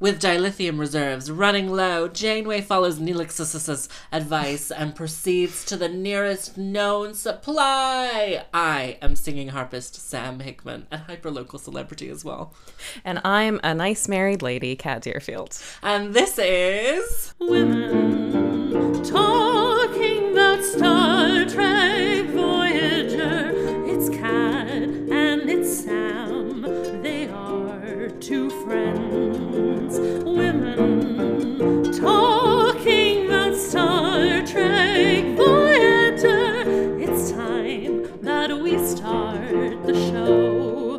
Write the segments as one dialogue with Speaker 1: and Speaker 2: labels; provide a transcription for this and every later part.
Speaker 1: With dilithium reserves running low, Janeway follows Neelix's advice and proceeds to the nearest known supply. I am singing harpist Sam Hickman, a hyperlocal celebrity as well.
Speaker 2: And I'm a nice married lady, Kat Deerfield.
Speaker 1: And this is Women Talking About Star Trek Voyager. It's Kat and it's Sam. They are two friends. Women talking about Star Trek Voyager. It's time that we start the show.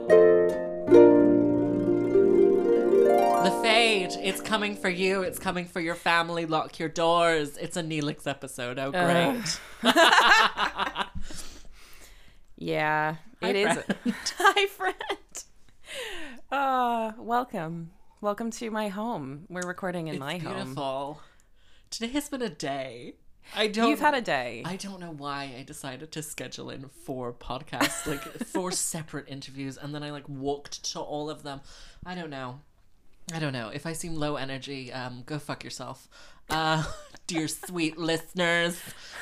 Speaker 1: The Fade. It's coming for you. It's coming for your family. Lock your doors. It's a Neelix episode. Oh,
Speaker 2: Uh,
Speaker 1: great.
Speaker 2: Yeah, it is. Hi, friend. Uh, welcome. Welcome to my home. We're recording in
Speaker 1: It's
Speaker 2: my home.
Speaker 1: beautiful. Today has been a day. I don't.
Speaker 2: You've had a day.
Speaker 1: Oh, I don't know why I decided to schedule in four podcasts, like four separate interviews, and then I like walked to all of them. I don't know. I don't know. If I seem low energy, um, go fuck yourself. Uh, dear sweet listeners.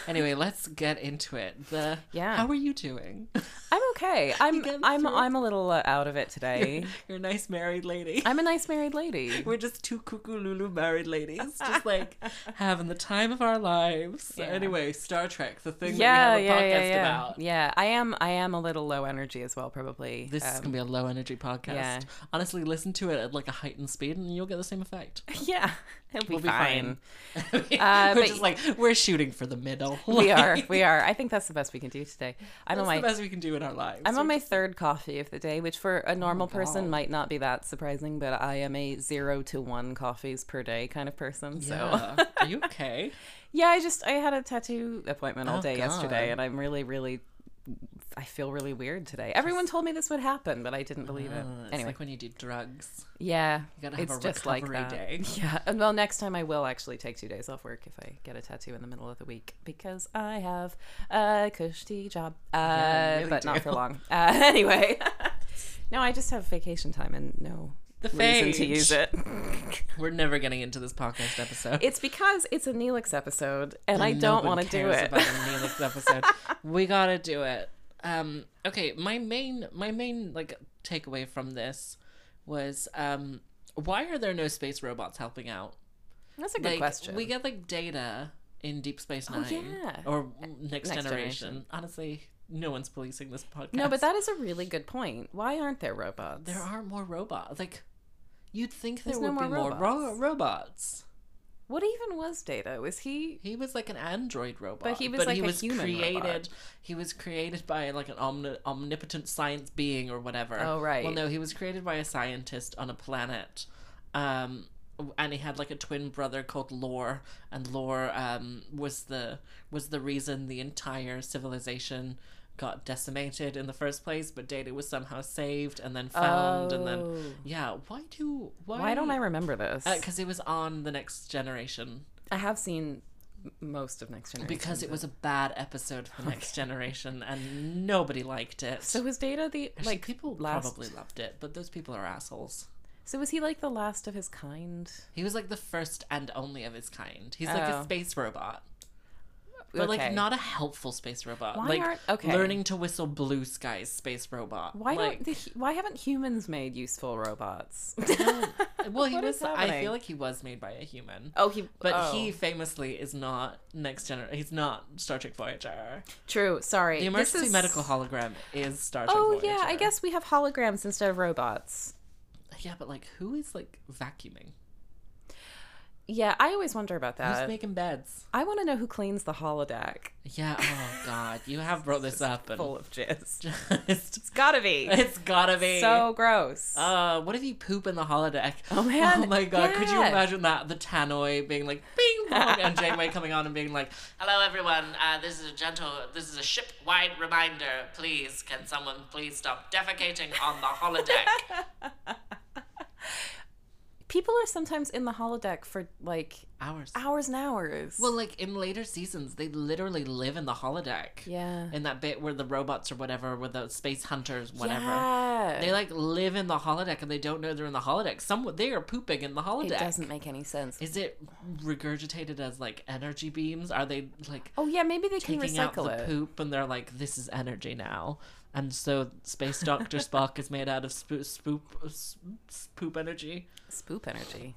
Speaker 1: Anyway, let's get into it. The
Speaker 2: Yeah.
Speaker 1: How are you doing?
Speaker 2: I'm okay. I'm
Speaker 1: getting
Speaker 2: I'm
Speaker 1: through it?
Speaker 2: I'm a little uh, out of it today.
Speaker 1: You're a nice married lady.
Speaker 2: I'm a nice married lady.
Speaker 1: We're just two cuckoo lulu married ladies, just like having the time of our lives.
Speaker 2: Yeah.
Speaker 1: Anyway, Star Trek, the thing
Speaker 2: Yeah,
Speaker 1: that we have
Speaker 2: yeah,
Speaker 1: a
Speaker 2: yeah,
Speaker 1: podcast
Speaker 2: yeah.
Speaker 1: about.
Speaker 2: Yeah, I am. I am a little low energy as well, probably.
Speaker 1: This is
Speaker 2: Um,
Speaker 1: gonna be a low energy podcast.
Speaker 2: yeah.
Speaker 1: Honestly, listen to it at like a heightened speed, and you'll get the same effect.
Speaker 2: yeah, it'll be,
Speaker 1: We'll be
Speaker 2: fine. Uh,
Speaker 1: fine. we're
Speaker 2: but-
Speaker 1: just like we're shooting for the middle.
Speaker 2: we
Speaker 1: Like,
Speaker 2: are. We are. I think that's the best we can do today. I'm on
Speaker 1: That's
Speaker 2: my
Speaker 1: the best we can do in our lives.
Speaker 2: I'm on
Speaker 1: We-
Speaker 2: my third coffee of the day, which for a normal person
Speaker 1: God.
Speaker 2: might not be that surprising, but I am a zero to one coffees per day kind of person. So yeah,
Speaker 1: Yeah. are you okay?
Speaker 2: I just I had a tattoo appointment all
Speaker 1: Oh,
Speaker 2: day yesterday,
Speaker 1: God.
Speaker 2: and I'm really, really, I feel really weird today. Everyone told me this would happen, but I didn't believe it.
Speaker 1: Uh, it's
Speaker 2: Anyway,
Speaker 1: like when you do drugs,
Speaker 2: yeah,
Speaker 1: you gotta have
Speaker 2: it's
Speaker 1: a
Speaker 2: just
Speaker 1: recovery
Speaker 2: like that.
Speaker 1: day.
Speaker 2: Yeah, and well, next time I will actually take two days off work if I get a tattoo in the middle of the week because I have a cushy job, uh,
Speaker 1: Yeah, you really
Speaker 2: but not
Speaker 1: do.
Speaker 2: for long. Uh, anyway, no, I just have vacation time and no
Speaker 1: The
Speaker 2: reason to
Speaker 1: phage.
Speaker 2: use it.
Speaker 1: We're never getting into this podcast episode.
Speaker 2: It's because it's a Neelix episode and I don't want to do it.
Speaker 1: About the Neelix episode. we gotta do it. Um, okay, my main my main like takeaway from this was um, why are there no space robots helping out?
Speaker 2: That's a good
Speaker 1: Like
Speaker 2: question. Oh,
Speaker 1: we get like data in Deep Space Nine
Speaker 2: yeah.
Speaker 1: or Next,
Speaker 2: Next
Speaker 1: Generation.
Speaker 2: Generation.
Speaker 1: Honestly, no one's policing this podcast.
Speaker 2: no, but that is a really good point. Why aren't there robots?
Speaker 1: there are more robots. Like you'd think there
Speaker 2: There's
Speaker 1: would
Speaker 2: no
Speaker 1: be
Speaker 2: more
Speaker 1: more ro- robots.
Speaker 2: What even was Data? Was he?
Speaker 1: He was like an android robot,
Speaker 2: But he was like a human
Speaker 1: created.
Speaker 2: robot.
Speaker 1: He was created by like an omni- omnipotent science being or whatever.
Speaker 2: Oh, right.
Speaker 1: Well, no, he was created by a scientist on a planet, um, and he had like a twin brother called Lore, and Lore um, was the was the reason the entire civilization got decimated in the first place. But Data was somehow saved and then found, and then
Speaker 2: Oh.
Speaker 1: yeah. Why do why,
Speaker 2: Why don't I remember this?
Speaker 1: Because it was on the Next Generation.
Speaker 2: I have seen m- most of Next Generation.
Speaker 1: Because it was a bad episode for Next Generation and nobody liked it.
Speaker 2: So was Data the
Speaker 1: Actually,
Speaker 2: like
Speaker 1: people
Speaker 2: last?
Speaker 1: probably loved it, but those people are assholes.
Speaker 2: So was he like the last of his kind?
Speaker 1: He was like the first and only of his kind. He's like
Speaker 2: Oh.
Speaker 1: a space robot, but like
Speaker 2: Okay.
Speaker 1: not a helpful space robot.
Speaker 2: Why
Speaker 1: like
Speaker 2: aren't- okay.
Speaker 1: learning to whistle blue skies space robot.
Speaker 2: Why
Speaker 1: like,
Speaker 2: don't the, hu- why haven't humans made useful robots?
Speaker 1: well, he
Speaker 2: What is
Speaker 1: was. I
Speaker 2: happening?
Speaker 1: feel like he was made by a human.
Speaker 2: oh, he
Speaker 1: But
Speaker 2: oh.
Speaker 1: he famously is not next generation. He's not Star Trek Voyager.
Speaker 2: true. Sorry,
Speaker 1: The
Speaker 2: This
Speaker 1: emergency
Speaker 2: is-
Speaker 1: medical hologram is Star Trek
Speaker 2: Oh
Speaker 1: Voyager.
Speaker 2: yeah, I guess we have holograms instead of robots.
Speaker 1: Yeah, but like, who is like vacuuming?
Speaker 2: Yeah, I always wonder about
Speaker 1: Who's
Speaker 2: that.
Speaker 1: making beds?
Speaker 2: I want to know who cleans the holodeck.
Speaker 1: Yeah. Oh God, you have brought this up, and
Speaker 2: Full of jizz.
Speaker 1: just,
Speaker 2: It's gotta be
Speaker 1: it's gotta be.
Speaker 2: so gross.
Speaker 1: Uh, what if you poop in the holodeck?
Speaker 2: Oh, man.
Speaker 1: Oh my God! Could you
Speaker 2: Yeah.
Speaker 1: imagine that? The tannoy being like, "Bing bong," and Janeway coming on and being like, "Hello, everyone. Uh, this is a gentle. This is a ship-wide reminder. Please, can someone please stop defecating on the holodeck?"
Speaker 2: people are sometimes in the holodeck for like
Speaker 1: Hours.
Speaker 2: hours and hours.
Speaker 1: Well, like in later seasons, they literally live in the holodeck.
Speaker 2: yeah.
Speaker 1: In that bit where the robots or whatever, where the space hunters, whatever.
Speaker 2: Yeah.
Speaker 1: They like live in the holodeck and they don't know they're in the holodeck. Some they are pooping in the holodeck.
Speaker 2: it doesn't make any sense.
Speaker 1: Is it regurgitated as like energy beams? Are they like
Speaker 2: oh yeah, maybe they can
Speaker 1: taking out
Speaker 2: recycle
Speaker 1: the
Speaker 2: it.
Speaker 1: poop and they're like, this is energy now? And so Space Doctor Spock is made out of spoop, spoop, s- s- poop energy.
Speaker 2: Spoop energy.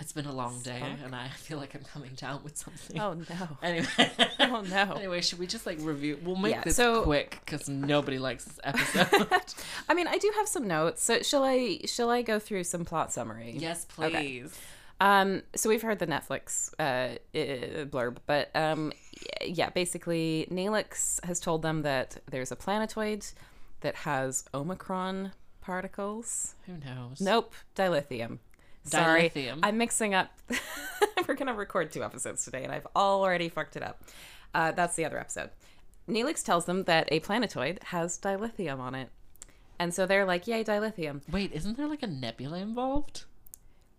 Speaker 1: It's been a long day
Speaker 2: Spock?
Speaker 1: and I feel like I'm coming down with something.
Speaker 2: Oh no.
Speaker 1: Anyway.
Speaker 2: Oh no.
Speaker 1: Anyway, should we just like review? We'll make
Speaker 2: Yeah,
Speaker 1: this
Speaker 2: so-
Speaker 1: quick because nobody likes this episode.
Speaker 2: I mean, I do have some notes. So shall I shall I go through some plot summary?
Speaker 1: yes,
Speaker 2: Okay.
Speaker 1: please.
Speaker 2: Um, so we've heard the Netflix uh, uh, blurb, but um, y- yeah, basically, Neelix has told them that there's a planetoid that has Omicron particles.
Speaker 1: Who knows?
Speaker 2: Nope, dilithium. Sorry,
Speaker 1: Dilithium.
Speaker 2: I'm mixing up. We're gonna record two episodes today, and I've already fucked it up. Uh, that's the other episode. Neelix tells them that a planetoid has dilithium on it, and so they're like, "Yay, dilithium!"
Speaker 1: Wait, isn't there like a nebula involved?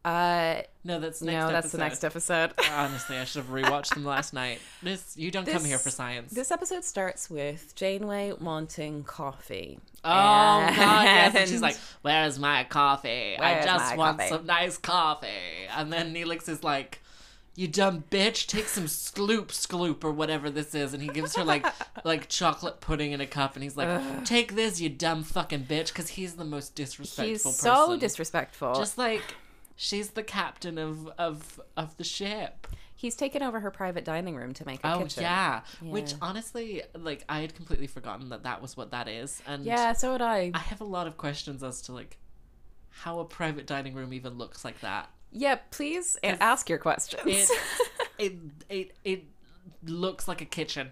Speaker 2: Uh,
Speaker 1: No, that's next
Speaker 2: no, that's the
Speaker 1: episode. Uh,
Speaker 2: next episode.
Speaker 1: Honestly, I should have rewatched them last night. This you don't come here
Speaker 2: This-
Speaker 1: for science.
Speaker 2: This episode starts with Janeway wanting coffee.
Speaker 1: oh god, yes. And she's
Speaker 2: and-
Speaker 1: like, "Where's my coffee? I
Speaker 2: Where's
Speaker 1: just
Speaker 2: my
Speaker 1: want
Speaker 2: coffee?"
Speaker 1: some nice coffee." And then Neelix is like, "You dumb bitch, take some sloop sloop or whatever this is." And he gives her like like chocolate pudding in a cup, and he's like, "Take this, you dumb fucking bitch," because he's the most disrespectful.
Speaker 2: He's
Speaker 1: person.
Speaker 2: so disrespectful.
Speaker 1: Just like she's the captain of of of the ship.
Speaker 2: He's taken over her private dining room to make a
Speaker 1: Oh
Speaker 2: kitchen.
Speaker 1: yeah. which
Speaker 2: Yeah.
Speaker 1: honestly, like I had completely forgotten that that was what that is, and
Speaker 2: Yeah, so would I.
Speaker 1: I have a lot of questions as to like how a private dining room even looks like that.
Speaker 2: Yeah, please a- ask your questions.
Speaker 1: It- It it it looks like a kitchen.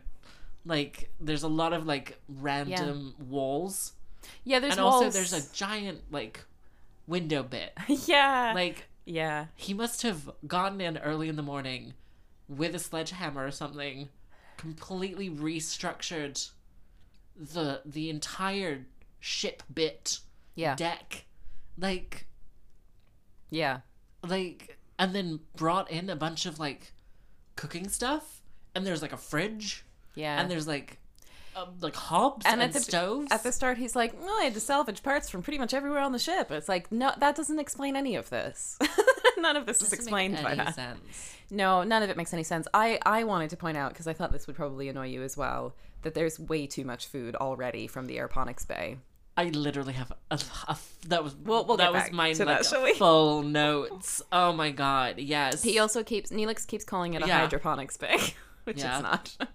Speaker 1: Like there's a lot of like random walls,
Speaker 2: yeah, there's
Speaker 1: and
Speaker 2: walls.
Speaker 1: also there's a giant like window bit.
Speaker 2: yeah,
Speaker 1: Like
Speaker 2: yeah.
Speaker 1: he must have gotten in early in the morning with a sledgehammer or something completely restructured the the entire ship bit
Speaker 2: Yeah.
Speaker 1: deck like
Speaker 2: yeah.
Speaker 1: like and then brought in a bunch of like cooking stuff and there's like a fridge
Speaker 2: Yeah.
Speaker 1: and there's like um, like hobs and,
Speaker 2: And at the-
Speaker 1: stoves
Speaker 2: at the start, he's like, "Well, I had to salvage parts from pretty much everywhere on the ship." It's like, no, that doesn't explain any of this. None of this is
Speaker 1: Doesn't make
Speaker 2: explained by
Speaker 1: any
Speaker 2: that.
Speaker 1: sense.
Speaker 2: No, none of it makes any sense. I, I wanted to point out because I thought this would probably annoy you as well that there's way too much food already from the aeroponics bay.
Speaker 1: I literally have a, a- that was
Speaker 2: We'll- we'll
Speaker 1: that
Speaker 2: get
Speaker 1: was
Speaker 2: back
Speaker 1: my
Speaker 2: to that,
Speaker 1: like,
Speaker 2: shall we?
Speaker 1: full notes. Oh my god, yes.
Speaker 2: He also keeps Neelix keeps calling it a
Speaker 1: Yeah.
Speaker 2: hydroponics bay, which
Speaker 1: Yeah. Oh
Speaker 2: it's not.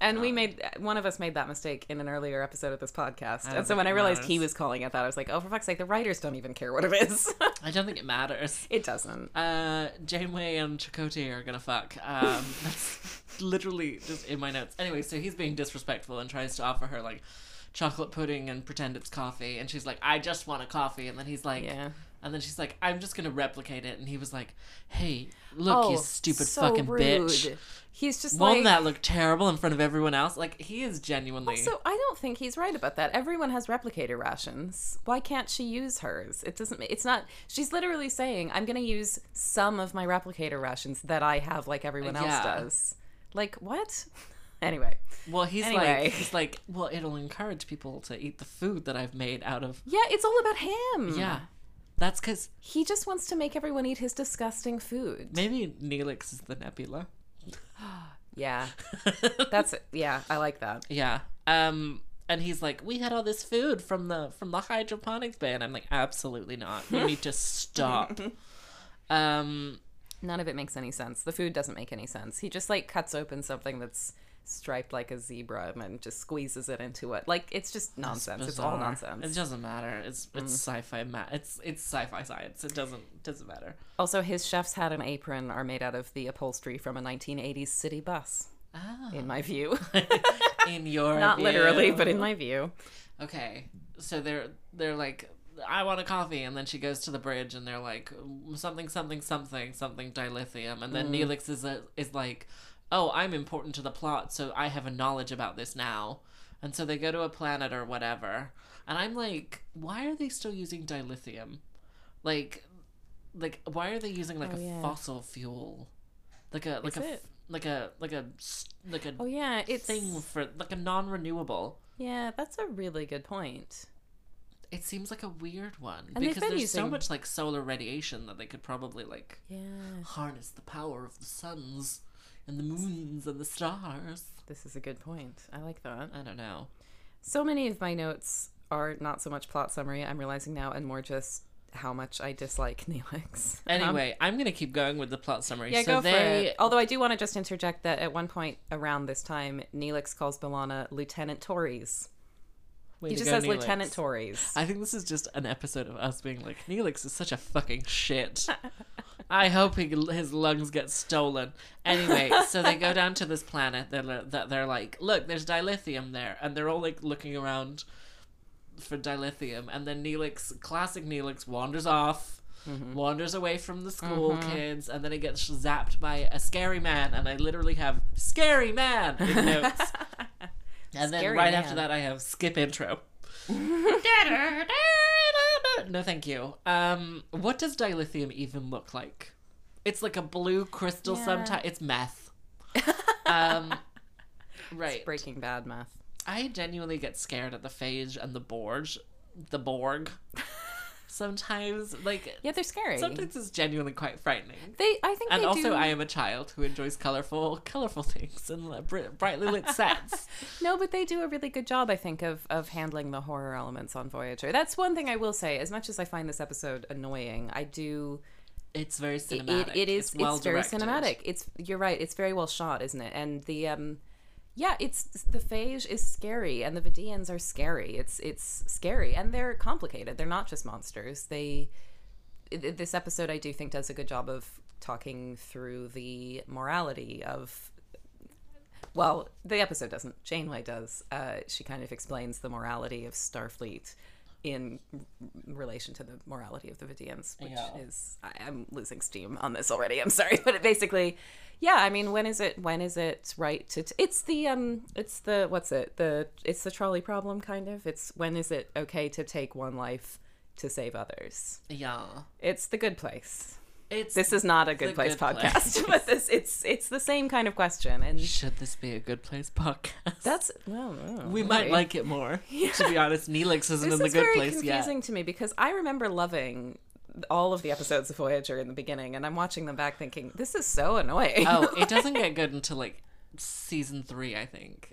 Speaker 2: and we made one of us made that mistake in an earlier episode of this podcast,
Speaker 1: don't
Speaker 2: and so
Speaker 1: think
Speaker 2: when
Speaker 1: it
Speaker 2: I realized
Speaker 1: matters.
Speaker 2: he was calling it that, I was like, "Oh, for fuck's sake, the writers don't even care what it is.
Speaker 1: I don't think it matters.
Speaker 2: it doesn't."
Speaker 1: Uh, Janeway and Chakotay are gonna fuck. Um, that's literally just in my notes. Anyway, so he's being disrespectful and tries to offer her like chocolate pudding and pretend it's coffee, and she's like, "I just want a coffee," and then he's like,
Speaker 2: Yeah.
Speaker 1: and then she's like, "I'm just gonna replicate it," and he was like, "Hey, look, you stupid
Speaker 2: Oh, so
Speaker 1: fucking bitch."
Speaker 2: rude. He's just
Speaker 1: Won't
Speaker 2: like
Speaker 1: that look terrible in front of everyone else? Like he is genuinely.
Speaker 2: So I don't think he's right about that. Everyone has replicator rations. Why can't she use hers? It doesn't. It's not. She's literally saying, "I'm going to use some of my replicator rations that I have, like everyone else
Speaker 1: Yeah.
Speaker 2: does." Like what? Anyway,
Speaker 1: well, he's
Speaker 2: Anyway.
Speaker 1: like, he's like, well, it'll encourage people to eat the food that I've made out of.
Speaker 2: yeah, it's all about him.
Speaker 1: Yeah, that's because
Speaker 2: he just wants to make everyone eat his disgusting food.
Speaker 1: maybe Neelix is the Nebula.
Speaker 2: Yeah, that's yeah. I like that.
Speaker 1: yeah. Um, and he's like, we had all this food from the from the hydroponics bay, and I'm like, absolutely not. You need to stop. um,
Speaker 2: None of it makes any sense. The food doesn't make any sense. He just like cuts open something that's striped like a zebra and then just squeezes it into it. Like it's just nonsense. It's all
Speaker 1: bizarre.
Speaker 2: nonsense. Mm.
Speaker 1: It doesn't matter. It's it's sci-fi ma- It's it's sci-fi science. It doesn't doesn't matter.
Speaker 2: Also, his chef's hat and apron are made out of the upholstery from a 1980s city bus,
Speaker 1: Ah.
Speaker 2: in my view.
Speaker 1: In your
Speaker 2: Not
Speaker 1: view.
Speaker 2: literally, but in my view.
Speaker 1: okay so they're they're like i want a coffee and then she goes to the bridge and they're like something something something something dilithium and then
Speaker 2: Mm.
Speaker 1: neelix is a, is like oh i'm important to the plot so i have a knowledge about this now and so they go to a planet or whatever and i'm like why are they still using dilithium like like why are they using like
Speaker 2: Oh,
Speaker 1: a
Speaker 2: yeah.
Speaker 1: fossil fuel like a like
Speaker 2: Is
Speaker 1: a
Speaker 2: it?
Speaker 1: like a like a s- like a
Speaker 2: Oh yeah, it's
Speaker 1: thing for like a non-renewable
Speaker 2: yeah. That's a really good point.
Speaker 1: it seems like a weird one
Speaker 2: they've
Speaker 1: because
Speaker 2: been
Speaker 1: there's so
Speaker 2: using-
Speaker 1: much like solar radiation that they could probably like
Speaker 2: Yeah,
Speaker 1: harness the power of the suns and the moons and the stars
Speaker 2: this is a good point. I like that.
Speaker 1: i don't know
Speaker 2: So many of my notes are not so much plot summary. I'm realizing now, and more just how much I dislike Neelix. Um,
Speaker 1: anyway i'm gonna keep going with the plot summary
Speaker 2: Yeah,
Speaker 1: so
Speaker 2: go
Speaker 1: they
Speaker 2: for it. Although I do want to just interject that at one point around this time, Neelix calls Bellana Lieutenant Tories.
Speaker 1: Way
Speaker 2: He
Speaker 1: to
Speaker 2: just
Speaker 1: go,
Speaker 2: says
Speaker 1: Neelix.
Speaker 2: Lieutenant Tories.
Speaker 1: I think this is just an episode of us being like, Neelix is such a fucking shit. I hope he, his lungs get stolen. Anyway, so they go down to this planet that they're, that they're like, look, there's dilithium there, and they're all like looking around for dilithium, and then Neelix, classic Neelix, wanders off.
Speaker 2: Mm-hmm.
Speaker 1: Wanders away from the school kids, and then he gets zapped by a scary man. And I literally have scary man in notes. and then
Speaker 2: Scary
Speaker 1: right after
Speaker 2: man.
Speaker 1: that, I have skip intro. No, thank you. Um, what does dilithium even look like? It's like a blue crystal.
Speaker 2: Yeah.
Speaker 1: Sometimes it's meth. Um, right.
Speaker 2: Breaking Bad math.
Speaker 1: I genuinely get scared at the phage and the Borg, the Borg. Sometimes, like
Speaker 2: Yeah, they're scary.
Speaker 1: sometimes it's genuinely quite frightening.
Speaker 2: They, I think,
Speaker 1: And
Speaker 2: they
Speaker 1: also,
Speaker 2: do.
Speaker 1: I am a child who enjoys colorful, colorful things and li- bri- brightly lit sets.
Speaker 2: No, but they do a really good job, I think, of of handling the horror elements on Voyager. That's one thing I will say. As much as I find this episode annoying, I do.
Speaker 1: It's very
Speaker 2: It,
Speaker 1: cinematic.
Speaker 2: it, it is. It's, very
Speaker 1: well-directed.
Speaker 2: cinematic. It's. You're right. It's very well shot, isn't it? And the. um yeah, it's the phage is scary, and the Vidians are scary. It's it's scary, and they're complicated. They're not just monsters. They th- this episode, I do think, does a good job of talking through the morality of well, the episode doesn't. Janeway does. Uh, she kind of explains the morality of Starfleet in r- relation to the morality of the Vidians, which
Speaker 1: Yeah.
Speaker 2: is I, I'm losing steam on this already. I'm sorry, but it basically, yeah. I mean, when is it? When is it right to? T- it's the um. It's the what's it? The it's the trolley problem kind of. It's when is it okay to take one life to save others?
Speaker 1: Yeah,
Speaker 2: It's the good place.
Speaker 1: it's
Speaker 2: This is not a good
Speaker 1: The
Speaker 2: place
Speaker 1: Good
Speaker 2: podcast, but this it's it's the same kind of question, and
Speaker 1: Should this be a good place podcast?
Speaker 2: that's well, well,
Speaker 1: we might
Speaker 2: maybe.
Speaker 1: like it more. To be honest, Neelix isn't
Speaker 2: This
Speaker 1: in the
Speaker 2: is
Speaker 1: good
Speaker 2: very
Speaker 1: place yet.
Speaker 2: confusing to me because I remember loving all of the episodes of Voyager in the beginning, and I'm watching them back thinking this is so annoying.
Speaker 1: Oh, it doesn't get good until like season three, I think.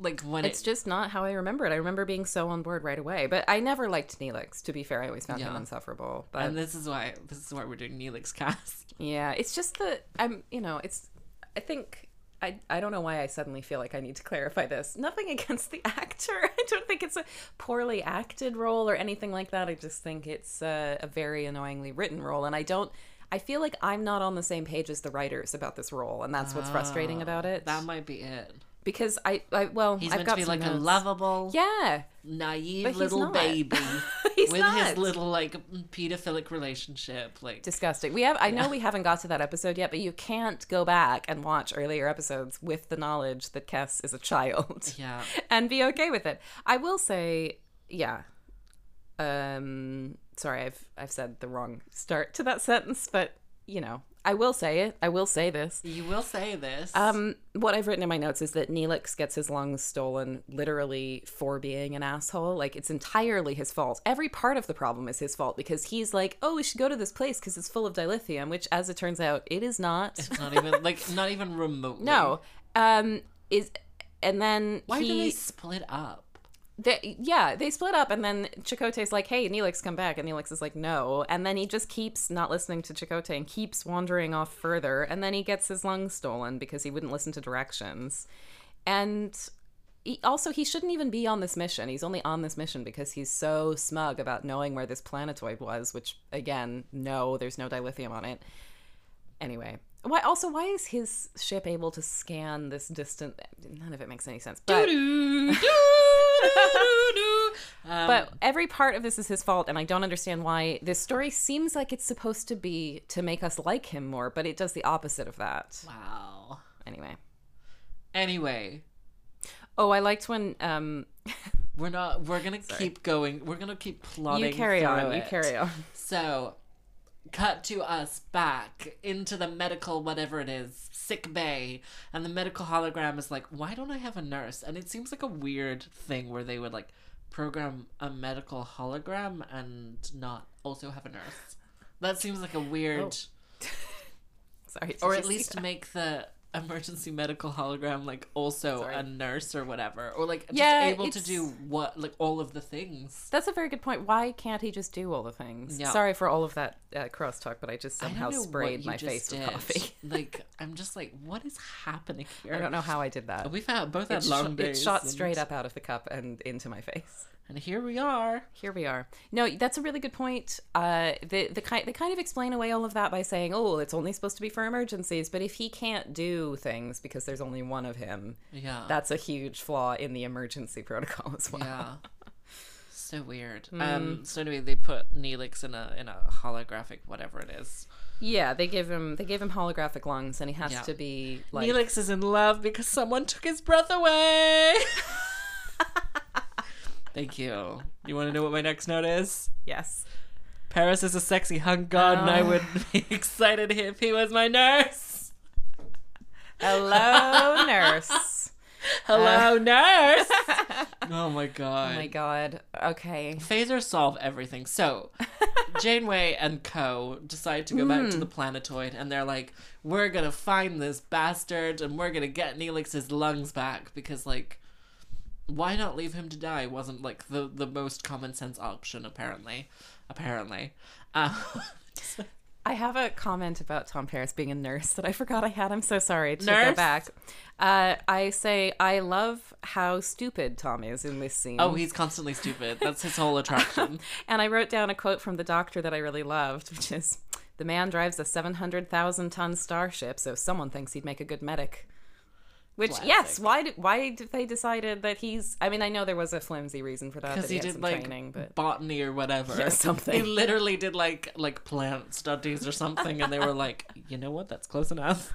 Speaker 1: Like when
Speaker 2: It's
Speaker 1: it,
Speaker 2: just not how I remember it. I remember being so on board right away, but I never liked Neelix. To be fair, I always found him
Speaker 1: Yeah.
Speaker 2: insufferable. But
Speaker 1: and this is why this is why we're doing Neelix cast.
Speaker 2: yeah, it's just the I'm. You know, it's. I think I. I don't know why I suddenly feel like I need to clarify this. Nothing against the actor. I don't think it's a poorly acted role or anything like that. I just think it's a, a very annoyingly written role, and I don't. I feel like I'm not on the same page as the writers about this role, and that's what's frustrating about it.
Speaker 1: Ah, That might be it.
Speaker 2: Because I, I well,
Speaker 1: He's
Speaker 2: I've
Speaker 1: meant
Speaker 2: got
Speaker 1: to be
Speaker 2: some
Speaker 1: like a
Speaker 2: notes.
Speaker 1: lovable,
Speaker 2: Yeah,
Speaker 1: naive
Speaker 2: But he's
Speaker 1: little
Speaker 2: not.
Speaker 1: baby
Speaker 2: he's
Speaker 1: with
Speaker 2: not.
Speaker 1: his little like pedophilic relationship. Like
Speaker 2: disgusting. We have I know we haven't got to that episode yet, but you can't go back and watch earlier episodes with the knowledge that Kess is a child
Speaker 1: yeah,
Speaker 2: and be okay with it. I will say, yeah. Um sorry, I've I've said the wrong start to that sentence, but you know, I will say it. I will say this.
Speaker 1: you will say this.
Speaker 2: Um, what I've written in my notes is that Neelix gets his lungs stolen literally for being an asshole. Like, it's entirely his fault. Every part of the problem is his fault because he's like, oh, we should go to this place because it's full of dilithium, which, as it turns out, it is not.
Speaker 1: not even like not even remotely.
Speaker 2: no. Um, is and then
Speaker 1: why
Speaker 2: he,
Speaker 1: do they split up?
Speaker 2: they- yeah, they split up, and then Chakotay's like, "Hey, Neelix, come back," and Neelix is like, "No," and then he just keeps not listening to Chakotay and keeps wandering off further, and then he gets his lungs stolen because he wouldn't listen to directions, and he, also he shouldn't even be on this mission. He's only on this mission because he's so smug about knowing where this planetoid was, which again, no, there's no dilithium on it. Anyway. Why, also, why is his ship able to scan this distant? None of it makes any sense. But
Speaker 1: Do, do, do, do. Um,
Speaker 2: but every part of this is his fault, and I don't understand why this story seems like it's supposed to be to make us like him more, but it does the opposite of that.
Speaker 1: wow.
Speaker 2: Anyway.
Speaker 1: Anyway,
Speaker 2: Oh, I liked when um
Speaker 1: We're not. We're gonna keep going. We're gonna keep plotting.
Speaker 2: you carry
Speaker 1: through
Speaker 2: on, you
Speaker 1: it.
Speaker 2: carry on.
Speaker 1: So, cut to us back into the medical whatever it is sick bay and the medical hologram is like why don't i have a nurse and it seems like a weird thing where they would like program a medical hologram and not also have a nurse that seems like a weird
Speaker 2: Sorry. did
Speaker 1: or
Speaker 2: you
Speaker 1: at
Speaker 2: Oh. see
Speaker 1: least
Speaker 2: that?
Speaker 1: make the emergency medical hologram like also
Speaker 2: Sorry.
Speaker 1: a nurse or whatever or like just
Speaker 2: Yeah,
Speaker 1: able to
Speaker 2: it's-
Speaker 1: do what like all of the things
Speaker 2: That's a very good point. Why can't he just do all the things?
Speaker 1: Yeah.
Speaker 2: Sorry for all of that uh, crosstalk, but I just
Speaker 1: I don't
Speaker 2: somehow
Speaker 1: know what
Speaker 2: sprayed
Speaker 1: you
Speaker 2: my
Speaker 1: just
Speaker 2: face with
Speaker 1: did.
Speaker 2: coffee.
Speaker 1: like i'm just like what is happening here
Speaker 2: I don't know how I did that.
Speaker 1: We've had both
Speaker 2: It,
Speaker 1: had
Speaker 2: sh-
Speaker 1: long
Speaker 2: it
Speaker 1: days.
Speaker 2: shot
Speaker 1: and-
Speaker 2: straight up out of the cup and into my face.
Speaker 1: and here we are.
Speaker 2: Here we are. No, that's a really good point. Uh, the the kind they kind of explain away all of that by saying, "Oh, it's only supposed to be for emergencies." But if he can't do things because there's only one of him,
Speaker 1: Yeah,
Speaker 2: that's a huge flaw in the emergency protocol as well.
Speaker 1: yeah. So weird.
Speaker 2: Hmm.
Speaker 1: Um. So anyway, they put Neelix in a in a holographic whatever it is.
Speaker 2: Yeah, they give him they give him holographic lungs, and he has
Speaker 1: Yeah.
Speaker 2: to be like
Speaker 1: Neelix is in love because someone took his breath away. Thank you. You want to know what my next note is?
Speaker 2: yes.
Speaker 1: Paris is a sexy hunk god,
Speaker 2: Uh.
Speaker 1: and I would be excited if he was my nurse.
Speaker 2: Hello, nurse.
Speaker 1: Hello, nurse. Uh, oh my god.
Speaker 2: Oh my god. Okay.
Speaker 1: Phasers solve everything. So Janeway and Co. decide to go back to the planetoid and they're like, we're gonna find this bastard and we're gonna get Neelix's lungs back because like why not leave him to die wasn't like the, the most common sense option apparently. Apparently. Uh,
Speaker 2: I have a comment about Tom Paris being a nurse that I forgot I had. I'm so sorry to go
Speaker 1: Nurse?
Speaker 2: back. Uh, I say I love how stupid Tom is in this scene.
Speaker 1: oh, he's constantly stupid. That's his whole attraction.
Speaker 2: and I wrote down a quote from the doctor that I really loved, which is, "The man drives a 700,000 ton starship, so someone thinks he'd make a good medic." Which yes,
Speaker 1: Classic.
Speaker 2: why did why did they decided that he's? I mean, I know there was a flimsy reason for that
Speaker 1: Because
Speaker 2: that he,
Speaker 1: he did
Speaker 2: had some
Speaker 1: like
Speaker 2: training, but
Speaker 1: botany or whatever.
Speaker 2: Yeah, something.
Speaker 1: He literally did like like plant studies or something, and they were like, you know what, that's close enough.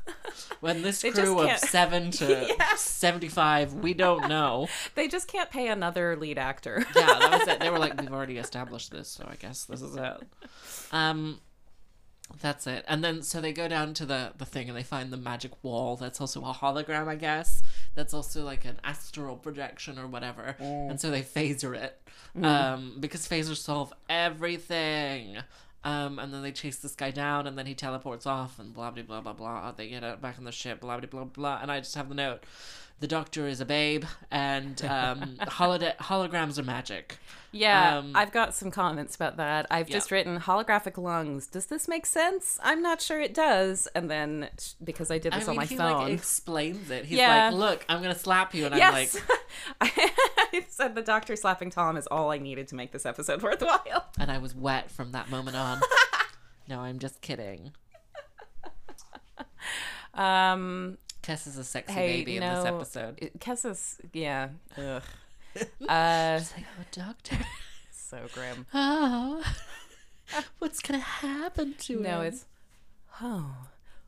Speaker 1: When this
Speaker 2: They just
Speaker 1: crew of
Speaker 2: can't-
Speaker 1: seven to seventy five, we don't know.
Speaker 2: they just can't pay another lead actor.
Speaker 1: Yeah, that was it. They were like, we've already established this, so I guess this is it. Um that's it. And then so they go down to the the thing and they find the magic wall that's also a hologram, I guess. That's also like an astral projection or whatever.
Speaker 2: Mm.
Speaker 1: And so they phaser it. Um because phasers solve everything. Um, and then they chase this guy down, and then he teleports off, and blah blah blah blah blah. They get out back on the ship, blah blah blah blah. And I just have the note: the Doctor is a babe, and um, holoda- holograms are magic.
Speaker 2: Yeah,
Speaker 1: Um,
Speaker 2: I've got some comments about that. I've just written holographic lungs. Does this make sense? I'm not sure it does. And then sh- because I did this
Speaker 1: I mean,
Speaker 2: on my
Speaker 1: he
Speaker 2: phone,
Speaker 1: like explains it. He's
Speaker 2: Yeah.
Speaker 1: like, "Look, I'm gonna slap you," and
Speaker 2: yes,
Speaker 1: I'm like,
Speaker 2: I said the doctor slapping Tom is all I needed to make this episode worthwhile.
Speaker 1: and I was wet from that moment on. no, I'm just kidding.
Speaker 2: Um,
Speaker 1: Kess is a sexy
Speaker 2: hey,
Speaker 1: baby
Speaker 2: no,
Speaker 1: in this episode.
Speaker 2: it- Kess is yeah, ugh, uh,
Speaker 1: It's like, oh, Doctor,
Speaker 2: so grim.
Speaker 1: oh, what's gonna happen to him?
Speaker 2: No, it's oh,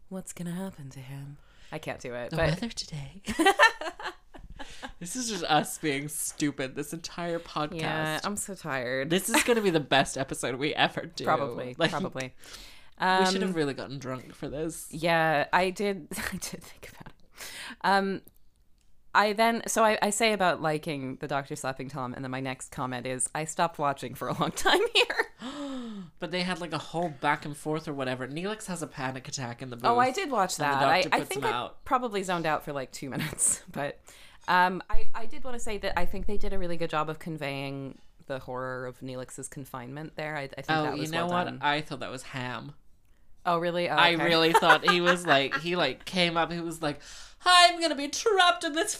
Speaker 2: what's gonna happen to him? I can't do it.
Speaker 1: the
Speaker 2: but
Speaker 1: weather today. this is just us being stupid. This entire podcast.
Speaker 2: yeah, I'm so tired.
Speaker 1: This is gonna be the best episode we ever do.
Speaker 2: probably,
Speaker 1: Like,
Speaker 2: probably.
Speaker 1: We
Speaker 2: Um,
Speaker 1: should have really gotten drunk for this.
Speaker 2: Yeah, I did. I did think about it. Um, I then so I, I say about liking the Doctor slapping Tom, and then my next comment is I stopped watching for a long time here.
Speaker 1: But they had like a whole back and forth or whatever. Neelix has a panic attack in the booth.
Speaker 2: Oh, I did watch
Speaker 1: And the
Speaker 2: that. I,
Speaker 1: doctor
Speaker 2: I
Speaker 1: puts
Speaker 2: think
Speaker 1: him
Speaker 2: I
Speaker 1: out.
Speaker 2: probably zoned out for like two minutes, but um, I I did want to say that I think they did a really good job of conveying the horror of Neelix's confinement there. I, I think
Speaker 1: Oh,
Speaker 2: that
Speaker 1: you
Speaker 2: was
Speaker 1: know
Speaker 2: well
Speaker 1: what?
Speaker 2: done.
Speaker 1: I thought that was Ham.
Speaker 2: Oh, really? Oh,
Speaker 1: I
Speaker 2: okay.
Speaker 1: really thought he was like he like came up. He was like, "I'm gonna be trapped in this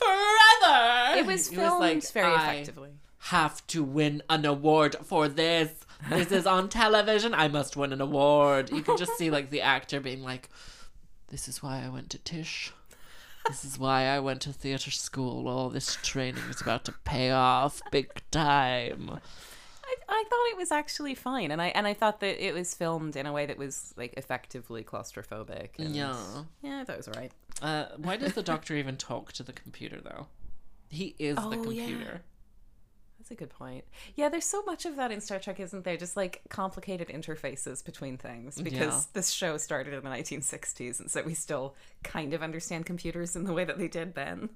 Speaker 1: forever."
Speaker 2: It was
Speaker 1: He
Speaker 2: filmed very
Speaker 1: "I
Speaker 2: effectively.
Speaker 1: Have to win an award for this. This is on television. I must win an award. You can just see like the actor being like, "This is why I went to Tish." This is why I went to theater school. All this training is about to pay off big time.
Speaker 2: I, I thought it was actually fine, and I and I thought that it was filmed in a way that was like effectively claustrophobic. And,
Speaker 1: Yeah.
Speaker 2: yeah, that was alright.
Speaker 1: Uh, why does the doctor even talk to the computer though? He is
Speaker 2: Oh,
Speaker 1: the
Speaker 2: yeah.
Speaker 1: computer.
Speaker 2: That's a good point. Yeah, there's so much of that in Star Trek, isn't there? Just like complicated interfaces between things because
Speaker 1: Yeah.
Speaker 2: this show started in the 1960s, and so we still kind of understand computers in the way that they did then.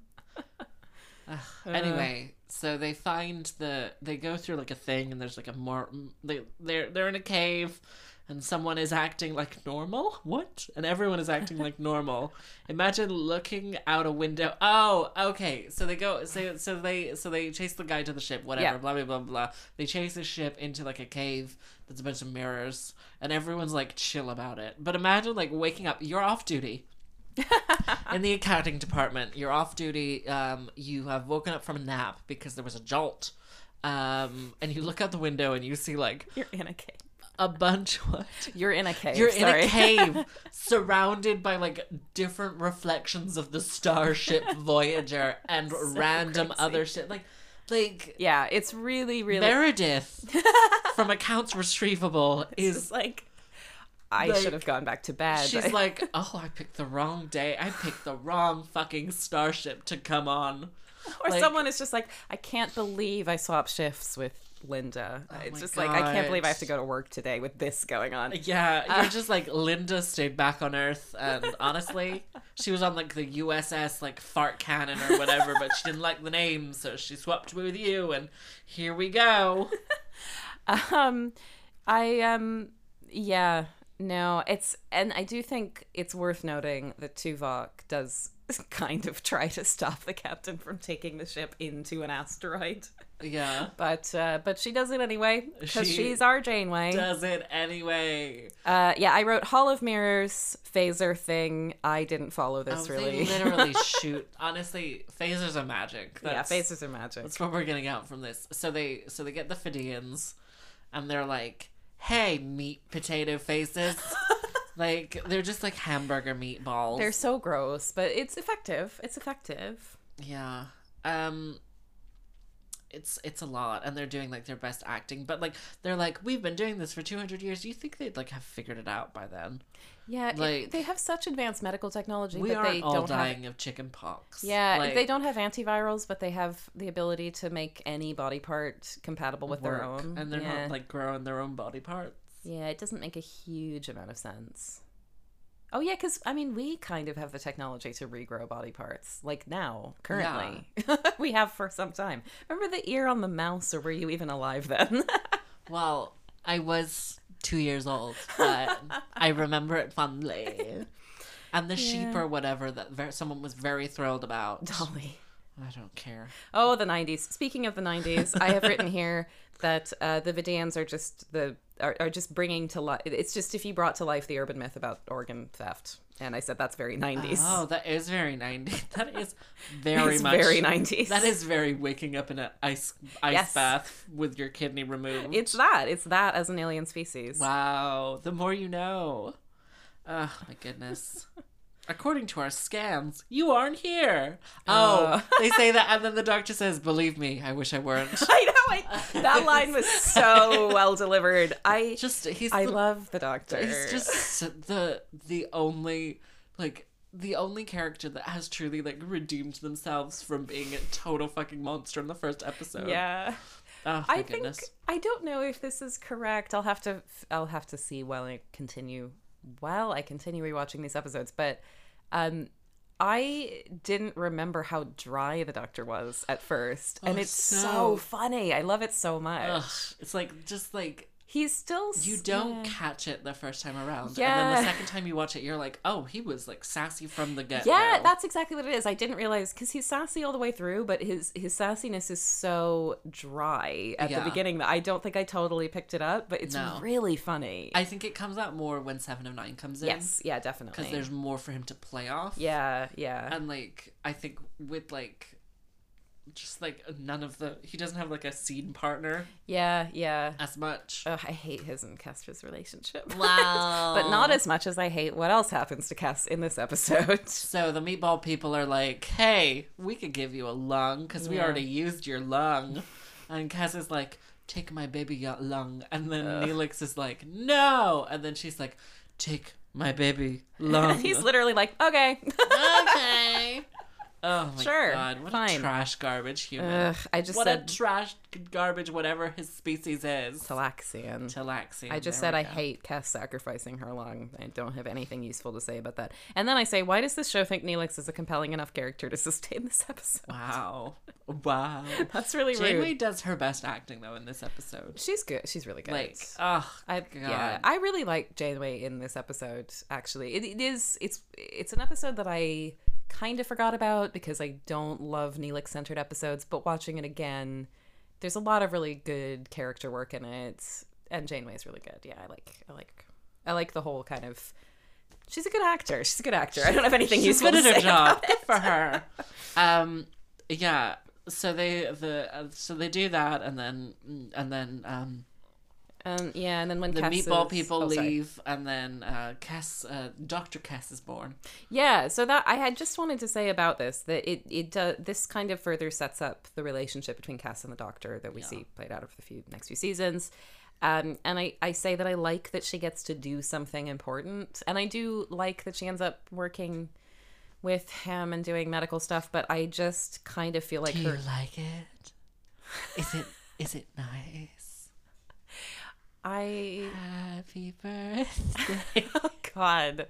Speaker 1: anyway, so they find the they go through like a thing, and there's like a more they they're they're in a cave, and someone is acting like normal. What? And everyone is acting like normal. Imagine looking out a window. Oh, okay. So they go. So so they so they chase the guy to the ship. Whatever.
Speaker 2: Yeah.
Speaker 1: Blah blah blah blah. They chase his ship into like a cave. That's a bunch of mirrors, and everyone's like chill about it. But imagine like waking up. You're off duty in the accounting department. You're off duty. Um, you have woken up from a nap because there was a jolt. Um, and you look out the window and you see like
Speaker 2: You're in a cave.
Speaker 1: a bunch. What?
Speaker 2: You're in a cave.
Speaker 1: You're
Speaker 2: sorry.
Speaker 1: in a cave surrounded by like different reflections of the starship Voyager and random
Speaker 2: crazy.
Speaker 1: other shit. Like, like
Speaker 2: yeah, it's really, really.
Speaker 1: Meredith from Accounts Retrievable is
Speaker 2: it's like I
Speaker 1: Like,
Speaker 2: should have gone back to bed.
Speaker 1: She's like, oh, I picked the wrong day. I picked the wrong fucking starship to come on.
Speaker 2: or
Speaker 1: like-
Speaker 2: someone is just like, I can't believe I swapped shifts with Linda.
Speaker 1: Oh my
Speaker 2: it's just like I can't believe I have to
Speaker 1: God.
Speaker 2: go to work today with this going on.
Speaker 1: Yeah, you're just like Linda stayed back on Earth, and honestly, she was on like the USS like fart cannon or whatever, but she didn't like the name, so she swapped with you, and here we go.
Speaker 2: um i um yeah no it's and i do think it's worth noting that tuvok does kind of try to stop the captain from taking the ship into an asteroid
Speaker 1: Yeah,
Speaker 2: but uh but she does it anyway because
Speaker 1: She
Speaker 2: she's our janeway
Speaker 1: does it anyway.
Speaker 2: uh yeah i wrote hall of mirrors phaser thing i didn't follow this
Speaker 1: They
Speaker 2: really
Speaker 1: literally shoot. Honestly, phasers are magic.
Speaker 2: yeah
Speaker 1: That's-
Speaker 2: phasers are magic
Speaker 1: That's what we're getting out from this. So they so they get the Fideans and they're like, Hey, meat potato faces. like they're just like hamburger meatballs.
Speaker 2: they're so gross but it's effective it's effective
Speaker 1: Yeah. Um it's it's a lot and they're doing like their best acting, but like they're like, We've been doing this for two hundred years. Do you think they'd like have figured it out by then?
Speaker 2: yeah it-
Speaker 1: Like-
Speaker 2: they have such advanced medical technology
Speaker 1: We
Speaker 2: that they
Speaker 1: aren't all
Speaker 2: don't have
Speaker 1: dying of chicken pox.
Speaker 2: Yeah,
Speaker 1: Like,
Speaker 2: they don't have antivirals, but they have the ability to make any body part compatible with their
Speaker 1: work,
Speaker 2: own.
Speaker 1: and they're
Speaker 2: yeah.
Speaker 1: not like growing their own body parts.
Speaker 2: yeah, it doesn't make a huge amount of sense. Oh yeah, because I mean, we kind of have the technology to regrow body parts, like now, currently, we have for some time. Remember the ear on the mouse, or were you even alive then?
Speaker 1: Well, I was two years old, but I remember it fondly. And the sheep or whatever that ver- someone was very thrilled about.
Speaker 2: Dolly.
Speaker 1: I don't care.
Speaker 2: Oh, the '90s. Speaking of the '90s, I have written here that uh, the Vidans are just the are, are just bringing to life. It's just if you brought to life the urban myth about organ theft, and I said that's very '90s.
Speaker 1: Oh, that is very 90s. That is very
Speaker 2: it's
Speaker 1: much.
Speaker 2: very '90s.
Speaker 1: that is very waking up in an ice ice
Speaker 2: Yes.
Speaker 1: bath with your kidney removed.
Speaker 2: It's that. It's that as an alien species.
Speaker 1: wow, the more you know. Oh my goodness. According to our scans, you aren't here.
Speaker 2: Uh.
Speaker 1: Oh, they say that, and then the doctor says, "Believe me, I wish I weren't."
Speaker 2: I know. I, that line was so well delivered. I
Speaker 1: Just he's
Speaker 2: I
Speaker 1: the
Speaker 2: love the Doctor.
Speaker 1: He's just s- the the only like the only character that has truly like redeemed themselves from being a total fucking monster in the first episode.
Speaker 2: yeah.
Speaker 1: Oh, my
Speaker 2: I
Speaker 1: goodness.
Speaker 2: think I don't know if this is correct. I'll have to I'll have to see while I continue while I continue rewatching these episodes. But um, I didn't remember how dry the Doctor was at first, and
Speaker 1: Oh,
Speaker 2: it's so...
Speaker 1: so-
Speaker 2: funny. I love it so much.
Speaker 1: Ugh, it's like just like
Speaker 2: He's still
Speaker 1: you
Speaker 2: s-
Speaker 1: don't
Speaker 2: yeah.
Speaker 1: catch it the first time around, and then
Speaker 2: Yeah.
Speaker 1: the second time you watch it, you're like, oh, he was like sassy from the get.
Speaker 2: Yeah, that's exactly what it is. I didn't realize because he's sassy all the way through, but his his sassiness is so dry at
Speaker 1: Yeah.
Speaker 2: the beginning that I don't think I totally picked it up. But it's
Speaker 1: No.
Speaker 2: really funny.
Speaker 1: I think it comes out more when Seven of Nine comes in.
Speaker 2: yes, yeah, definitely.
Speaker 1: because there's more for him to play off.
Speaker 2: Yeah, yeah.
Speaker 1: and like I think with like just like none of the he doesn't have like a scene partner
Speaker 2: yeah, yeah.
Speaker 1: as much.
Speaker 2: Ugh, I hate his and Casper's relationship.
Speaker 1: Wow.
Speaker 2: but not as much as I hate what else happens to Cass in this episode.
Speaker 1: so the meatball people are like, "Hey, we could give you a lung because we
Speaker 2: Yeah.
Speaker 1: already used your lung," and Cass is like, "Take my baby y- lung," and then Neelix is like, "No," and then she's like, "Take my baby lung."
Speaker 2: He's literally like, okay.
Speaker 1: okay. Oh my
Speaker 2: Sure,
Speaker 1: god, what a
Speaker 2: fine.
Speaker 1: trash garbage human.
Speaker 2: Ugh, I just
Speaker 1: what
Speaker 2: said
Speaker 1: a trash garbage whatever his species is.
Speaker 2: Talaxian.
Speaker 1: Talaxian.
Speaker 2: I just said I hate Cass sacrificing her lung. I don't have anything useful to say about that. And then I say, why does this show think Neelix is a compelling enough character to sustain this episode?
Speaker 1: Wow. Wow.
Speaker 2: That's really
Speaker 1: Janeway
Speaker 2: rude.
Speaker 1: does her best acting though in this episode.
Speaker 2: She's good. She's really good.
Speaker 1: Like, oh
Speaker 2: I,
Speaker 1: god.
Speaker 2: yeah, I really like Janeway in this episode. Actually, it, it is it's it's an episode that I kind of forgot about because I don't love Neelix centered episodes. But watching it again, there's a lot of really good character work in it, and Janeway's really good. Yeah, I like I like I like the whole kind of. She's a good actor. She's a good actor. I don't have anything
Speaker 1: She's
Speaker 2: useful
Speaker 1: good
Speaker 2: to
Speaker 1: at her
Speaker 2: say.
Speaker 1: job. Good for her. Um, yeah. So they the uh, so they do that, and then and then um,
Speaker 2: Um, yeah, and then when
Speaker 1: the
Speaker 2: Cass
Speaker 1: meatball
Speaker 2: is-
Speaker 1: people
Speaker 2: oh, sorry.
Speaker 1: leave, and then uh, Cass, uh, Doctor Cass is born.
Speaker 2: Yeah, so that I had just wanted to say about this that it it does this kind of further sets up the relationship between Cass and the Doctor that we see played out over the few next few seasons. Um, and I, I say that I like that she gets to do something important, and I do like that she ends up working with him and doing medical stuff. But I just kind of feel like her
Speaker 1: like it? Is it is it nice?
Speaker 2: I
Speaker 1: Happy birthday.
Speaker 2: oh God.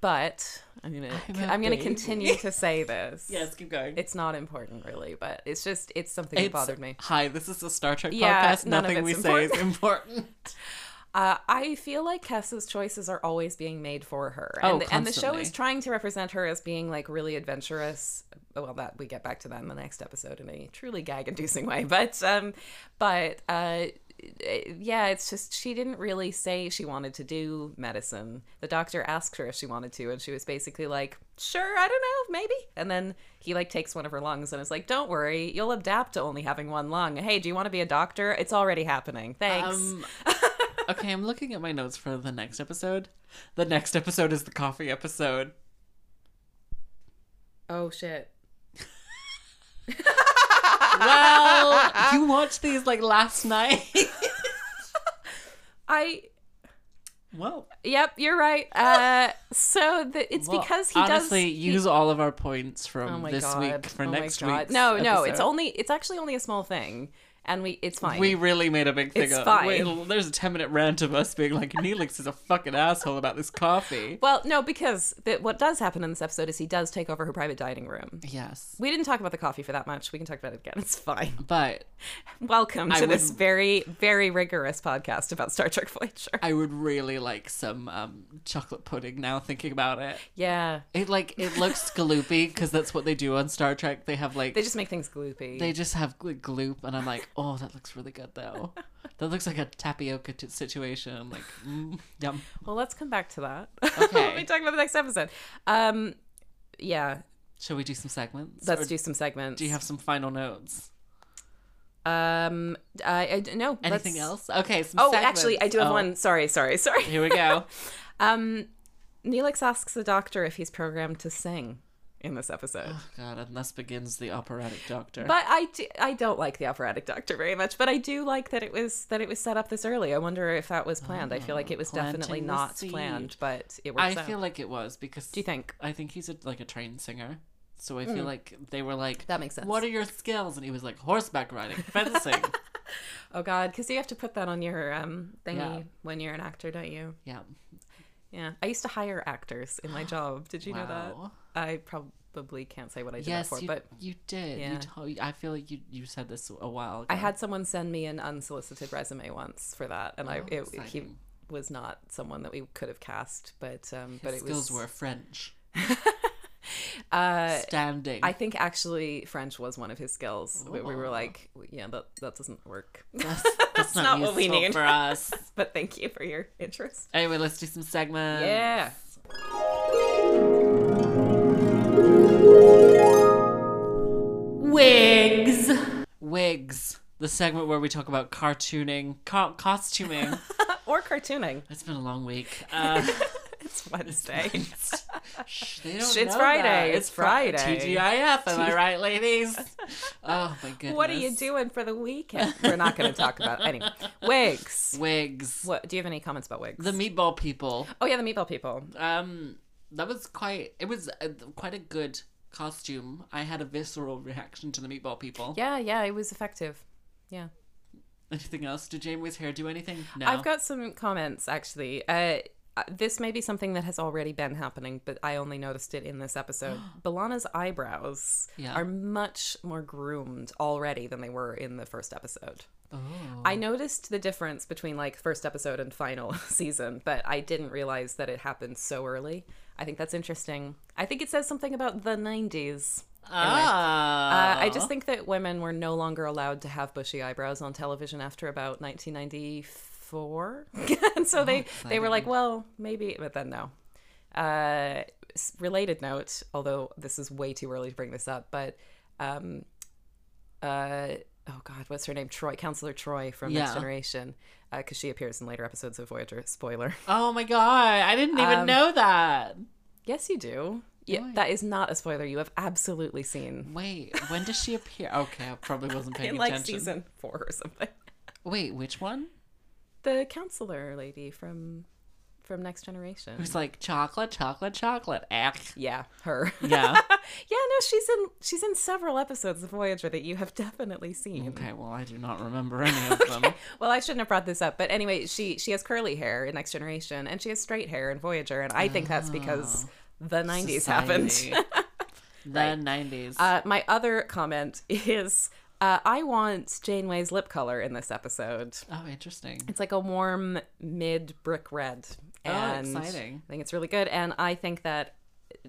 Speaker 2: But I'm gonna
Speaker 1: I'm a
Speaker 2: I'm, gonna
Speaker 1: baby.
Speaker 2: continue to say this.
Speaker 1: yes, keep going.
Speaker 2: It's not important really, but it's just it's something that
Speaker 1: It's-
Speaker 2: bothered me.
Speaker 1: Hi, this is a Star Trek
Speaker 2: Yeah,
Speaker 1: podcast.
Speaker 2: none of
Speaker 1: Nothing we
Speaker 2: it's
Speaker 1: say is important.
Speaker 2: Uh, I feel like Kessa's choices are always being made for her. And,
Speaker 1: Oh,
Speaker 2: the, and the show
Speaker 1: constantly.
Speaker 2: is trying to represent her as being like really adventurous. Well, that we get back to that in the next episode in a truly gag inducing way. But, um, but, uh, yeah, it's just she didn't really say she wanted to do medicine. The doctor asked her if she wanted to, and she was basically like, "Sure, I don't know, maybe." And then he like takes one of her lungs and is like, "Don't worry, you'll adapt to only having one lung. Hey, do you want to be a doctor? It's already happening. Thanks."
Speaker 1: Um, okay, I'm looking at my notes for the next episode. The next episode is the coffee episode.
Speaker 2: oh shit.
Speaker 1: Well, you watched these like last night.
Speaker 2: I
Speaker 1: well,
Speaker 2: yep, you're right. Uh, so the, it's
Speaker 1: well,
Speaker 2: because he
Speaker 1: honestly
Speaker 2: does.
Speaker 1: use all of our points
Speaker 2: Oh
Speaker 1: from
Speaker 2: my
Speaker 1: this
Speaker 2: God.
Speaker 1: week for
Speaker 2: Oh my
Speaker 1: next
Speaker 2: God.
Speaker 1: week.
Speaker 2: No, no, it's only it's actually only a small thing, and we it's fine.
Speaker 1: We really made a big thing
Speaker 2: It's
Speaker 1: of
Speaker 2: fine.
Speaker 1: Wait, there's a 10 minute rant of us being like, Neelix is a fucking asshole about this coffee.
Speaker 2: well, no, because the, what does happen in this episode is he does take over her private dining room.
Speaker 1: Yes.
Speaker 2: We didn't talk about the coffee for that much. We can talk about it again. It's fine.
Speaker 1: But
Speaker 2: Welcome to
Speaker 1: I
Speaker 2: this
Speaker 1: would-
Speaker 2: very, very rigorous podcast about Star Trek Voyager.
Speaker 1: I would really like some um, chocolate pudding now thinking about it.
Speaker 2: Yeah,
Speaker 1: It like it looks gloopy because that's what they do on Star Trek. They have like
Speaker 2: they just make things gloopy.
Speaker 1: they just have gl- gloop, and I'm like, oh, that looks really good though. That looks like a tapioca t- situation. I'm like, mm, yum.
Speaker 2: Well, let's come back to that.
Speaker 1: Okay.
Speaker 2: when we talk about the next episode. Um, yeah,
Speaker 1: Shall we do some segments?
Speaker 2: let's
Speaker 1: Or
Speaker 2: do some segments.
Speaker 1: do you have some final notes?
Speaker 2: Um, I, I no. let's-
Speaker 1: Anything else? Okay. Some
Speaker 2: Oh,
Speaker 1: segments.
Speaker 2: actually, I do have
Speaker 1: Oh,
Speaker 2: one. Sorry, sorry, sorry.
Speaker 1: Here we go.
Speaker 2: Um, Neelix asks the doctor if he's programmed to sing in this episode.
Speaker 1: God, and thus begins the operatic doctor.
Speaker 2: But I, do, I don't like the operatic doctor very much, but I do like that it was that it was set up this early. I wonder if that was planned. I feel like it was
Speaker 1: planting
Speaker 2: definitely
Speaker 1: the
Speaker 2: not
Speaker 1: seed.
Speaker 2: planned, but it
Speaker 1: I
Speaker 2: works out.
Speaker 1: feel like it was because
Speaker 2: Do you think?
Speaker 1: I think he's a, like a trained singer. So I feel like they were like,
Speaker 2: That makes sense.
Speaker 1: What are your skills? And he was like, horseback riding, fencing.
Speaker 2: Oh God, because you have to put that on your um thingy
Speaker 1: Yeah.
Speaker 2: when you're an actor, don't you?
Speaker 1: yeah.
Speaker 2: Yeah, I used to hire actors in my job. Did you know that?
Speaker 1: Wow.
Speaker 2: I probably can't say what I did that
Speaker 1: Yes,
Speaker 2: for,
Speaker 1: you,
Speaker 2: but
Speaker 1: you did.
Speaker 2: Yeah.
Speaker 1: You told, I feel like you, you said this a while ago.
Speaker 2: I had someone send me an unsolicited resume once for that, and I
Speaker 1: Oh,
Speaker 2: it, he
Speaker 1: exciting.
Speaker 2: was not someone that we could have cast, but um, but it
Speaker 1: skills
Speaker 2: was.
Speaker 1: were French.
Speaker 2: Uh,
Speaker 1: Standing.
Speaker 2: I think actually French was one of his skills. We, we were like, yeah, that that doesn't work.
Speaker 1: Oh. that's, that's not,
Speaker 2: not what we
Speaker 1: useful
Speaker 2: need.
Speaker 1: for us.
Speaker 2: but thank you for your interest.
Speaker 1: Anyway, let's do some segments.
Speaker 2: Yeah.
Speaker 1: Wigs. Wigs. The segment where we talk about cartooning, co- costuming.
Speaker 2: or cartooning.
Speaker 1: it's been a long week. Uh,
Speaker 2: It's Wednesday.
Speaker 1: Shh, they don't
Speaker 2: It's
Speaker 1: know that.
Speaker 2: Friday. It's
Speaker 1: Fri-
Speaker 2: Friday.
Speaker 1: TGIF. Am I right, ladies? Oh my goodness.
Speaker 2: what are you doing for the weekend? We're not going to talk about anyway. Wigs.
Speaker 1: Wigs.
Speaker 2: What do you have any comments about wigs?
Speaker 1: The meatball people.
Speaker 2: oh yeah, the meatball people.
Speaker 1: Um, that was quite. It was uh quite a good costume, I had a visceral reaction to the meatball people.
Speaker 2: Yeah, yeah, it was effective. Yeah.
Speaker 1: Anything else? Did Janeway's hair do anything? No.
Speaker 2: I've got some comments actually. Uh, uh, this may be something that has already been happening, but I only noticed it in this episode. Balana's eyebrows
Speaker 1: Yeah.
Speaker 2: are much more groomed already than they were in the first episode.
Speaker 1: oh.
Speaker 2: I noticed the difference between like first episode and final season, but I didn't realize that it happened so early. I think that's interesting. I think it says something about the 90s. Uh,
Speaker 1: Ah.
Speaker 2: I just think that women were no longer allowed to have bushy eyebrows on television after about 1994, and so they they were like, well, maybe, but then no. Uh, s- related note, although this is way too early to bring this up, but um, uh, oh god, what's her name? Troy, Counselor Troy from Next
Speaker 1: Yeah.
Speaker 2: Generation, because she appears in later episodes of Voyager. Spoiler.
Speaker 1: Oh my god! I didn't
Speaker 2: Um,
Speaker 1: even know that.
Speaker 2: yes, you do. Yeah, that is not a spoiler. You have absolutely seen
Speaker 1: Wait, when does she appear? Okay, I probably wasn't paying
Speaker 2: in like
Speaker 1: attention.
Speaker 2: season four or something.
Speaker 1: Wait, which one?
Speaker 2: the counselor lady from from Next Generation.
Speaker 1: It's like chocolate, chocolate, chocolate. Ech.
Speaker 2: Yeah, her. yeah,
Speaker 1: Yeah.
Speaker 2: no, she's in she's in several episodes of Voyager that you have definitely seen.
Speaker 1: Okay, well, I do not remember any of them.
Speaker 2: Well, I shouldn't have brought this up, but anyway, she she has curly hair in Next Generation and she has straight hair in Voyager, and I think that's because the 90s happened.
Speaker 1: Society. the 90s.
Speaker 2: Uh, my other comment is uh, I want Janeway's lip color in this episode.
Speaker 1: oh, interesting.
Speaker 2: It's like a warm mid brick red. And
Speaker 1: Oh, exciting.
Speaker 2: I think it's really good. And I think that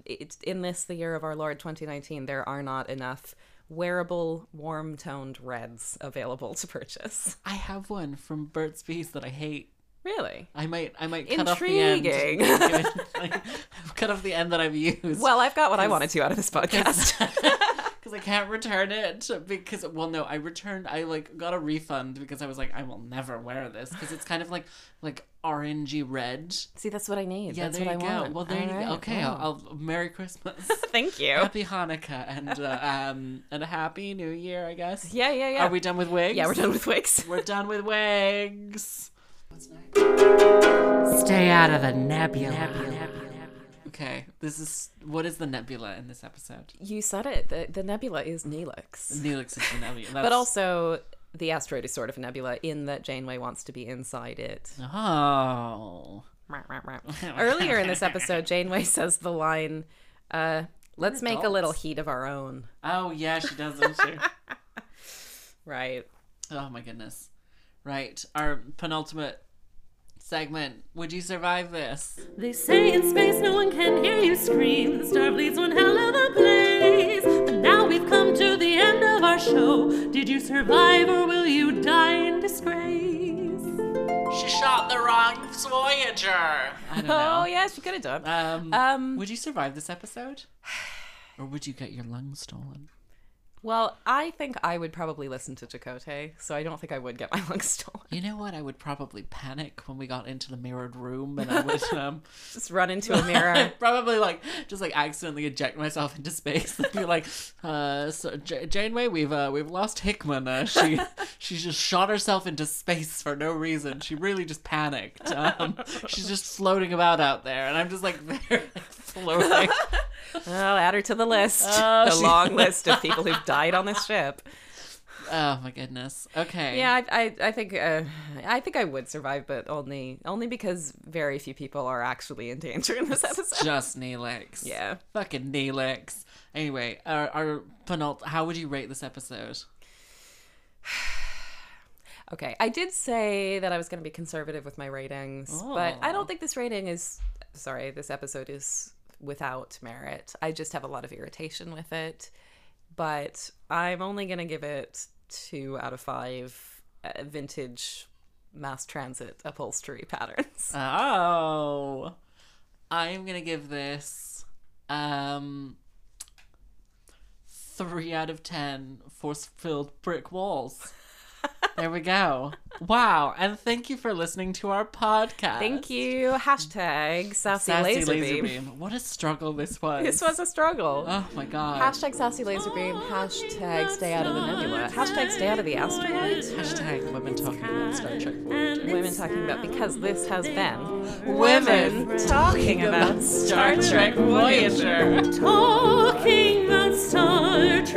Speaker 2: it's in this, the year of our Lord 2019, there are not enough wearable, warm toned reds available to purchase.
Speaker 1: I have one from Burt's Bees that I hate.
Speaker 2: Really?
Speaker 1: I might, I might cut off the end.
Speaker 2: Intriguing.
Speaker 1: Like, cut off the end that I've used.
Speaker 2: Well, I've got what I wanted to out of this podcast.
Speaker 1: because I can't return it because well no I returned I like got a refund because I was like I will never wear this because it's kind of like like orangey red
Speaker 2: See, that's what I need.
Speaker 1: yeah
Speaker 2: that's
Speaker 1: there
Speaker 2: what I
Speaker 1: you go
Speaker 2: want.
Speaker 1: well there
Speaker 2: All
Speaker 1: you
Speaker 2: right.
Speaker 1: go okay
Speaker 2: Yeah.
Speaker 1: I'll, I'll Merry Christmas
Speaker 2: Thank you.
Speaker 1: Happy Hanukkah and uh, um and a Happy New Year I guess
Speaker 2: Yeah, yeah, yeah.
Speaker 1: are we done with wigs
Speaker 2: yeah, we're done with wigs.
Speaker 1: we're done with wigs stay out of the nebula. okay this is what is the nebula in this episode
Speaker 2: You said it. The, the nebula is Neelix.
Speaker 1: Neelix is the nebula
Speaker 2: But
Speaker 1: That's-
Speaker 2: also, the asteroid is sort of a nebula in that Janeway wants to be inside it.
Speaker 1: Oh.
Speaker 2: Earlier in this episode, Janeway says the line, uh, let's make a little
Speaker 1: adults.
Speaker 2: heat of our own.
Speaker 1: Oh yeah, she does, doesn't she?
Speaker 2: Right.
Speaker 1: oh my goodness. Right. Our penultimate segment. Would you survive this?
Speaker 3: They say in space no one can hear you scream. Starfleet's one hell of a place. But now we've come to the end of our show. Did you survive or will you die in disgrace?
Speaker 1: She shot the wrong Voyager. I don't
Speaker 2: Oh,
Speaker 1: know.
Speaker 2: yeah, she could have done.
Speaker 1: Um,
Speaker 2: Um,
Speaker 1: would you survive this episode? Or would you get your lungs stolen?
Speaker 2: well, I think I would probably listen to Chakotay, so I don't think I would get my lungs stolen.
Speaker 1: You know what? I would probably panic when we got into the mirrored room, and I would um,
Speaker 2: Just run into a mirror.
Speaker 1: I'd probably like just like accidentally eject myself into space and be like, uh, so J- Janeway, we've uh, we've lost Hickman. Uh, she she just shot herself into space for no reason. She really just panicked. Um, she's just floating about out there, and I'm just like there floating.
Speaker 2: I'll add her to the list.
Speaker 1: Oh,
Speaker 2: the
Speaker 1: she-
Speaker 2: long list of people who've died on this ship.
Speaker 1: oh my goodness. Okay.
Speaker 2: Yeah, I, I, I think uh, I think I would survive, but only only because very few people are actually in danger in this episode.
Speaker 1: Just Neelix.
Speaker 2: Yeah.
Speaker 1: Fucking Neelix. Anyway, our, our penult. How would you rate this episode?
Speaker 2: Okay, I did say that I was going to be conservative with my ratings, but I
Speaker 1: Oh.
Speaker 2: don't think this rating is. Sorry, this episode is without merit. I just have a lot of irritation with it, but I'm only going to give it two out of five uh, vintage mass transit upholstery patterns.
Speaker 1: Oh. I'm going to give this um 3 out of 10 force-filled brick walls. there we go. Wow, and thank you for listening to our podcast.
Speaker 2: Thank you. Hashtag sassy,
Speaker 1: Sassy
Speaker 2: laserbeam.
Speaker 1: Laserbeam. What a struggle this was.
Speaker 2: This was a struggle.
Speaker 1: Oh my god.
Speaker 2: Hashtag sassy laserbeam. Hashtag stay out of the nebula. Hashtag stay out of the asteroid.
Speaker 1: Hashtag women talking about Star Trek. Forward.
Speaker 2: women talking about because this has been
Speaker 1: Women
Speaker 2: talking
Speaker 1: about Star Trek Voyager.
Speaker 3: Talking about monster